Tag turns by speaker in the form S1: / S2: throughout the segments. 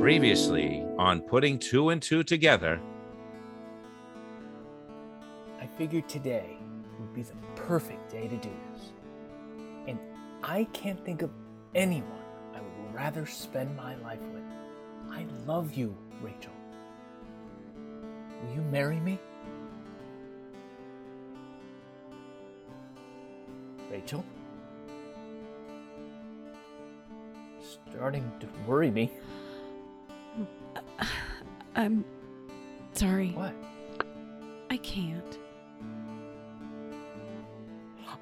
S1: previously on putting two and two together.
S2: I figured today would be the perfect day to do this. And I can't think of anyone I would rather spend my life with. I love you, Rachel. Will you marry me? Rachel? Starting to worry me.
S3: I'm sorry.
S2: What?
S3: I can't.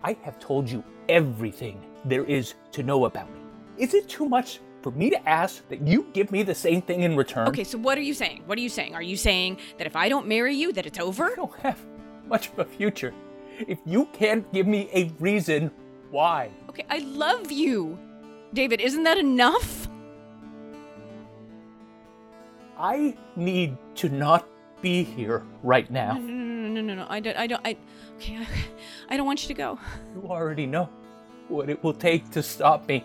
S2: I have told you everything there is to know about me. Is it too much for me to ask that you give me the same thing in return?
S3: Okay, so what are you saying? What are you saying? Are you saying that if I don't marry you, that it's
S2: I
S3: over?
S2: don't have much of a future. If you can't give me a reason why,
S3: Okay, I love you. David, isn't that enough?
S2: I need to not be here right
S3: No,
S2: now.
S3: no, no, no, no, no, no. I don't, I don't, I, okay, I, I don't want you to go.
S2: You already know what it will take to stop me.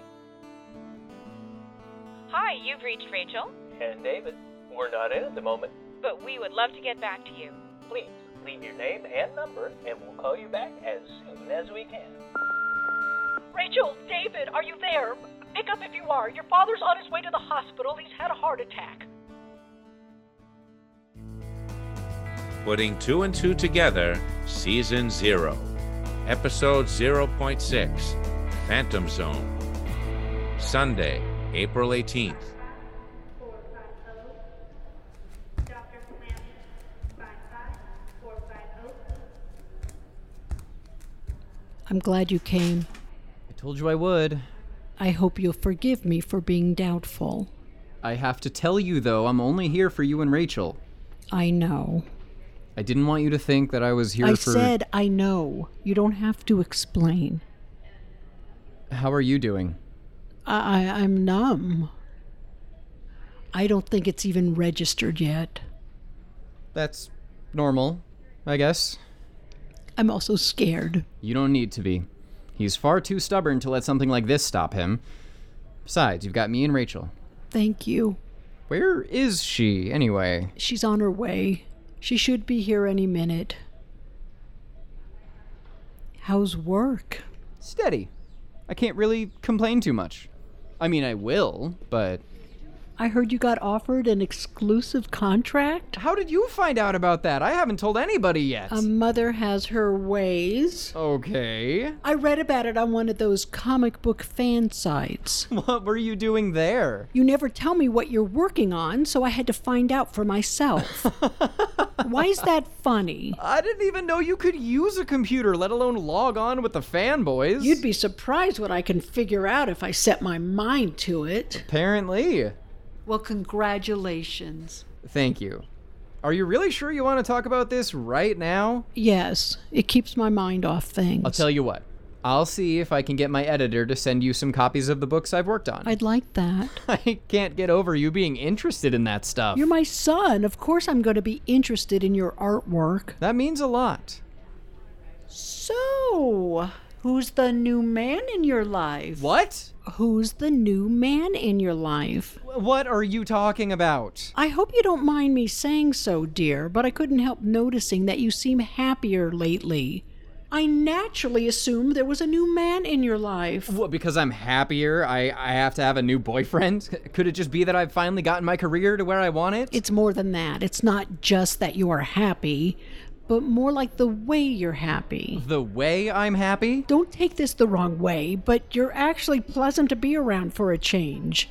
S4: Hi, you've reached Rachel,
S5: And David, we're not in at the moment.
S4: but we would love to get back to you.
S5: Please leave your name and number, and we'll call you back as soon as we can.
S6: Rachel, David, are you there? Pick up if you are. Your father's on his way to the hospital. He's had a heart attack.
S1: Putting two and two together, season zero, episode 0.6, Phantom Zone. Sunday, April 18th.
S7: Dr. Flannery, oh. five five, four five oh.
S8: I'm glad you came.
S9: I told you I would.
S8: I hope you'll forgive me for being doubtful.
S9: I have to tell you, though, I'm only here for you and Rachel.
S8: I know.
S9: I didn't want you to think that I was here
S8: I
S9: for.
S8: said I know. You don't have to explain.
S9: How are you doing?
S8: I, I I'm numb. I don't think it's even registered yet.
S9: That's normal, I guess.
S8: I'm also scared.
S9: You don't need to be. He's far too stubborn to let something like this stop him. Besides, you've got me and Rachel.
S8: Thank you.
S9: Where is she, anyway?
S8: She's on her way. She should be here any minute. How's work?
S9: Steady. I can't really complain too much. I mean, I will, but.
S8: I heard you got offered an exclusive contract.
S9: How did you find out about that? I haven't told anybody yet.
S8: A mother has her ways.
S9: Okay.
S8: I read about it on one of those comic book fan sites.
S9: What were you doing there?
S8: You never tell me what you're working on, so I had to find out for myself. Why is that funny?
S9: I didn't even know you could use a computer, let alone log on with the fanboys.
S8: You'd be surprised what I can figure out if I set my mind to it.
S9: Apparently.
S8: Well, congratulations.
S9: Thank you. Are you really sure you want to talk about this right now?
S8: Yes, it keeps my mind off things.
S9: I'll tell you what. I'll see if I can get my editor to send you some copies of the books I've worked on.
S8: I'd like that.
S9: I can't get over you being interested in that stuff.
S8: You're my son. Of course, I'm going to be interested in your artwork.
S9: that means a lot.
S8: So, who's the new man in your life?
S9: What?
S8: Who's the new man in your life?
S9: What are you talking about?
S8: I hope you don't mind me saying so, dear, but I couldn't help noticing that you seem happier lately. I naturally assumed there was a new man in your life.
S9: What, because I'm happier, I, I have to have a new boyfriend? Could it just be that I've finally gotten my career to where I want it?
S8: It's more than that. It's not just that you are happy, but more like the way you're happy.
S9: the way I'm happy?
S8: Don't take this the wrong way, but you're actually pleasant to be around for a change.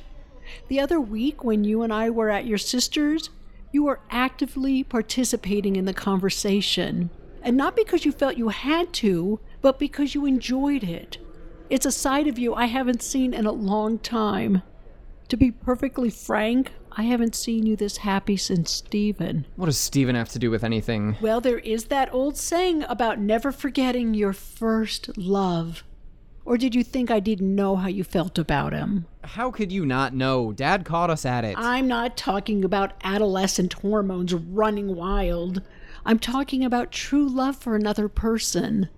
S8: The other week, when you and I were at your sister's, you were actively participating in the conversation. And not because you felt you had to, but because you enjoyed it. It's a side of you I haven't seen in a long time. To be perfectly frank, I haven't seen you this happy since Stephen.
S9: What does Steven have to do with anything?
S8: Well, there is that old saying about never forgetting your first love. Or did you think I didn't know how you felt about him?
S9: How could you not know? Dad caught us at it.
S8: I'm not talking about adolescent hormones running wild. I'm talking about true love for another person.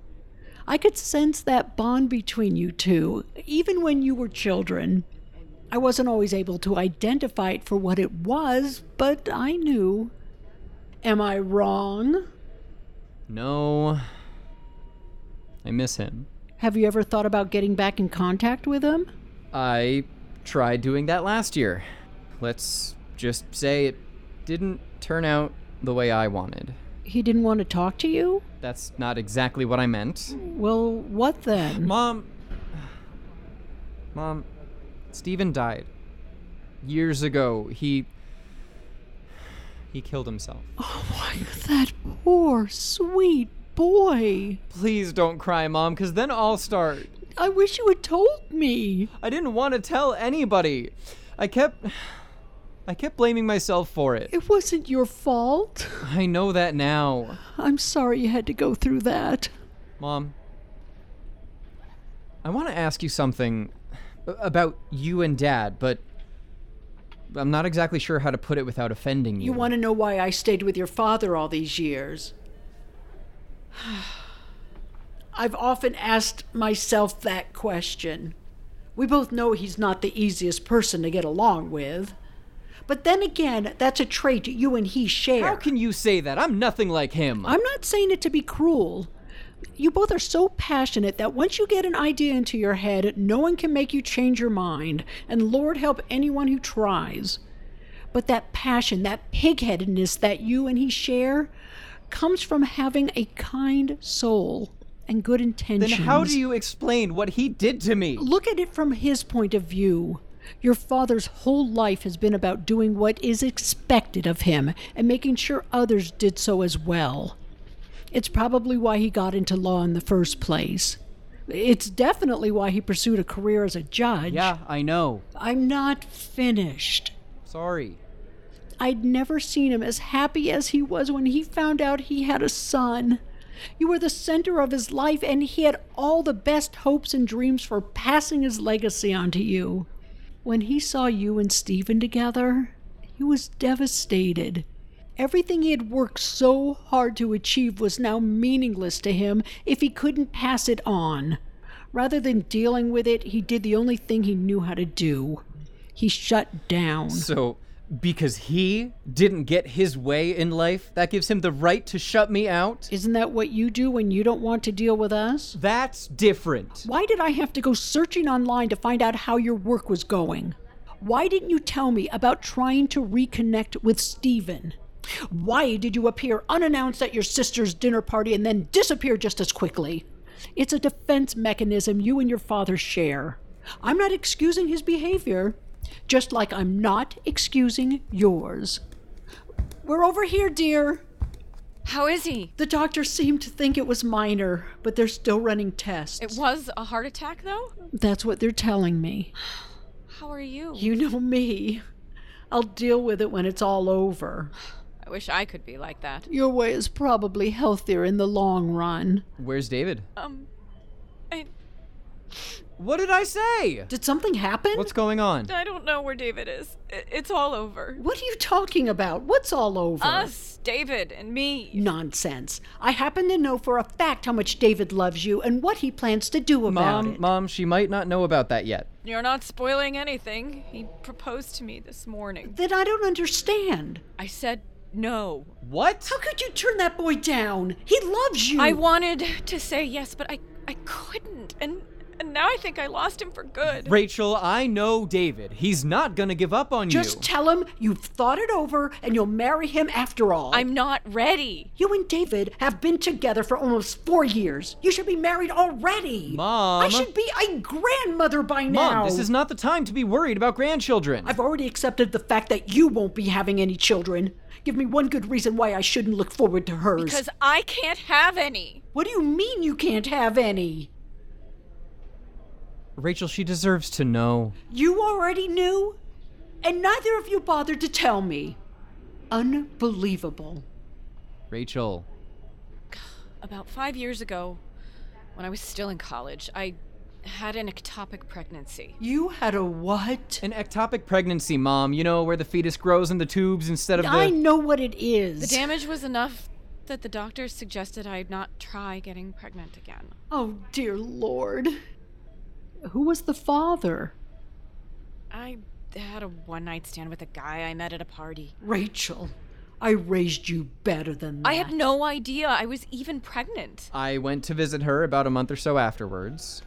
S8: I could sense that bond between you two, even when you were children. I wasn't always able to identify it for what it was, but I knew. Am I wrong?
S9: No. I miss him.
S8: Have you ever thought about getting back in contact with him?
S9: I tried doing that last year. Let's just say it didn't turn out the way I wanted.
S8: He didn't want to talk to you?
S9: That's not exactly what I meant.
S8: Well, what then?
S9: Mom. Mom, Steven died. Years ago, he. He killed himself.
S8: Oh my, that poor, sweet boy.
S9: Please don't cry, Mom, because then I'll start.
S8: I wish you had told me.
S9: I didn't want to tell anybody. I kept. I kept blaming myself for it.
S8: It wasn't your fault.
S9: I know that now.
S8: I'm sorry you had to go through that.
S9: Mom, I want to ask you something about you and Dad, but I'm not exactly sure how to put it without offending you.
S8: You want to know why I stayed with your father all these years? I've often asked myself that question. We both know he's not the easiest person to get along with. But then again, that's a trait you and he share.
S9: How can you say that? I'm nothing like him.
S8: I'm not saying it to be cruel. You both are so passionate that once you get an idea into your head, no one can make you change your mind, and Lord help anyone who tries. But that passion, that pigheadedness that you and he share, comes from having a kind soul and good intentions.
S9: Then how do you explain what he did to me?
S8: Look at it from his point of view. Your father's whole life has been about doing what is expected of him and making sure others did so as well. It's probably why he got into law in the first place. It's definitely why he pursued a career as a judge.
S9: Yeah, I know.
S8: I'm not finished.
S9: Sorry.
S8: I'd never seen him as happy as he was when he found out he had a son. You were the center of his life, and he had all the best hopes and dreams for passing his legacy on to you. When he saw you and Stephen together, he was devastated. Everything he had worked so hard to achieve was now meaningless to him if he couldn't pass it on. Rather than dealing with it, he did the only thing he knew how to do he shut down.
S9: So, because he didn't get his way in life, that gives him the right to shut me out?
S8: Isn't that what you do when you don't want to deal with us?
S9: That's different.
S8: Why did I have to go searching online to find out how your work was going? Why didn't you tell me about trying to reconnect with Steven? Why did you appear unannounced at your sister's dinner party and then disappear just as quickly? It's a defense mechanism you and your father share. I'm not excusing his behavior, just like I'm not excusing yours. We're over here, dear.
S3: How is he?
S8: The doctor seemed to think it was minor, but they're still running tests.
S3: It was a heart attack, though?
S8: That's what they're telling me.
S3: How are you?
S8: You know me. I'll deal with it when it's all over.
S3: I wish I could be like that.
S8: Your way is probably healthier in the long run.
S9: Where's David?
S3: Um, I,
S9: What did I say?
S8: Did something happen?
S9: What's going on?
S3: I don't know where David is. I- It's all over.
S8: what are you talking about? What's all over?
S3: Us, David, and me.
S8: Nonsense. I happen to know for a fact how much David loves you and what he plans to do about
S9: Mom,
S8: it.
S9: Mom, she might not know about that yet.
S3: You're not spoiling anything. He proposed to me this morning.
S8: Then I don't understand.
S3: I said no.
S9: What?
S8: How could you turn that boy down? He loves you.
S3: I wanted to say yes, but I I couldn't. And and now I think I lost him for good.
S9: Rachel, I know David. He's not gonna give up on
S8: Just
S9: you.
S8: tell him you've thought it over and you'll marry him after all.
S3: I'm not ready.
S8: You and David have been together for almost four years. You should be married already.
S9: Mom.
S8: I should be a grandmother by now.
S9: Mom, this is not the time to be worried about grandchildren.
S8: I've already accepted the fact that you won't be having any children. Give me one good reason why I shouldn't look forward to hers.
S3: Because I can't have any.
S8: what do you mean you can't have any?
S9: Rachel, she deserves to know.
S8: You already knew? And neither of you bothered to tell me. Unbelievable.
S9: Rachel.
S3: About five years ago, when I was still in college, I had an ectopic pregnancy.
S8: You had a what?
S9: An ectopic pregnancy, Mom. You know, where the fetus grows in the tubes instead of the.
S8: I know what it is.
S3: The damage was enough that the doctors suggested I not try getting pregnant again.
S8: oh, dear Lord. Who was the father?
S3: I I had a one night stand with a guy I met at a party.
S8: Rachel, I raised you better than that.
S3: I had no idea I was even pregnant.
S9: I went to visit her about a month or so afterwards.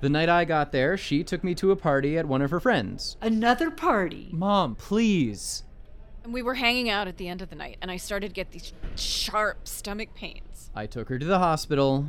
S9: The night I got there, she took me to a party at one of her friends.
S8: Another party.
S9: Mom, please.
S3: And we were hanging out at the end of the night, and I started to get these sharp stomach pains.
S9: I took her to the hospital,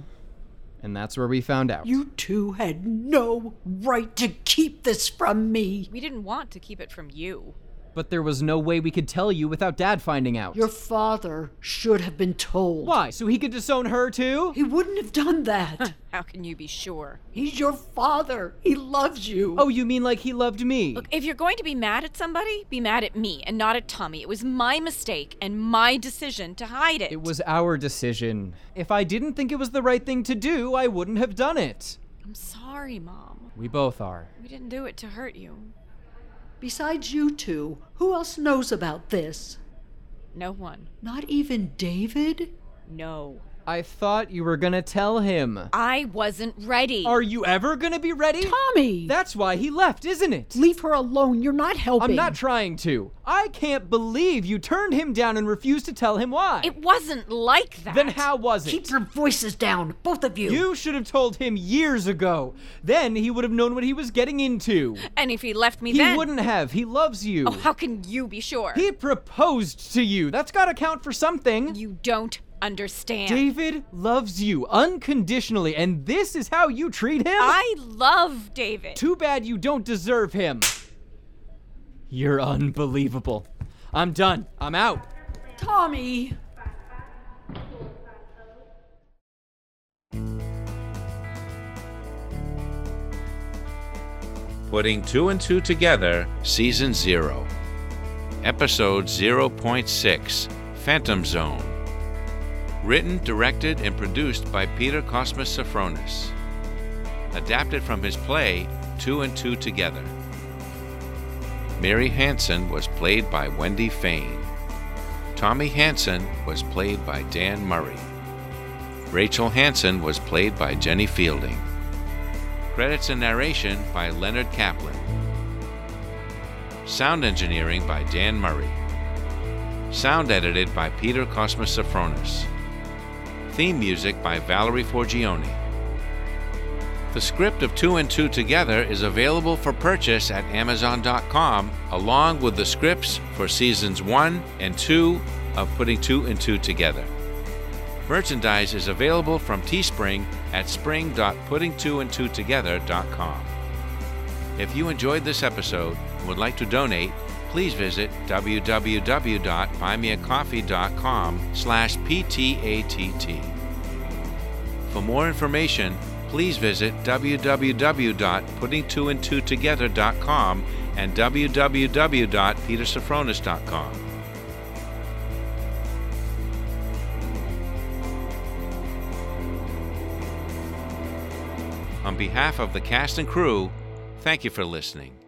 S9: and that's where we found out.
S8: You two had no right to keep this from me.
S3: We didn't want to keep it from you.
S9: But there was no way we could tell you without Dad finding out.
S8: Your father should have been told.
S9: Why? So he could disown her too?
S8: He wouldn't have done that.
S3: How can you be sure?
S8: He's your father. He loves you.
S9: Oh, you mean like he loved me?
S3: Look, if you're going to be mad at somebody, be mad at me and not at Tommy. It was my mistake and my decision to hide it.
S9: It was our decision. If I didn't think it was the right thing to do, I wouldn't have done it.
S3: I'm sorry, Mom.
S9: We both are.
S3: We didn't do it to hurt you.
S8: Besides you two, who else knows about this?
S3: No one.
S8: Not even David?
S3: No.
S9: I thought you were gonna tell him.
S3: I wasn't ready.
S9: Are you ever gonna be ready?
S8: Tommy!
S9: That's why he left, isn't it?
S8: Leave her alone. You're not helping.
S9: I'm not trying to. I can't believe you turned him down and refused to tell him why.
S3: it wasn't like that.
S9: then how was it?
S8: Keep your voices down, both of you.
S9: You should have told him years ago. Then he would have known what he was getting into.
S3: And if he left me
S9: He
S3: then.
S9: wouldn't have. He loves you.
S3: Oh, how can you be sure?
S9: He proposed to you. That's gotta count for something.
S3: You don't understand.
S9: David loves you unconditionally, and this is how you treat him?
S3: I love David.
S9: Too bad you don't deserve him. You're unbelievable. I'm done. I'm out.
S8: Tommy!
S1: Putting Two and Two Together, Season 0, Episode 0.6 Phantom Zone. Written, directed, and produced by Peter Cosmas Sophronis. Adapted from his play Two and Two Together. Mary Hansen was played by Wendy Fain. Tommy Hansen was played by Dan Murray. Rachel Hansen was played by Jenny Fielding. Credits and narration by Leonard Kaplan. Sound engineering by Dan Murray. Sound edited by Peter Cosmas Sophronis. Theme music by Valerie Forgione. The script of Two and Two Together is available for purchase at Amazon.com, along with the scripts for seasons one and two of Putting Two and Two Together. Merchandise is available from Teespring at spring.putting2and2together.com. If you enjoyed this episode and would like to donate, please visit www.buymeacoffee.com slash ptatt. For more information, please visit www.putting2and2together.com and www.petersophronis.com. On behalf of the cast and crew, thank you for listening.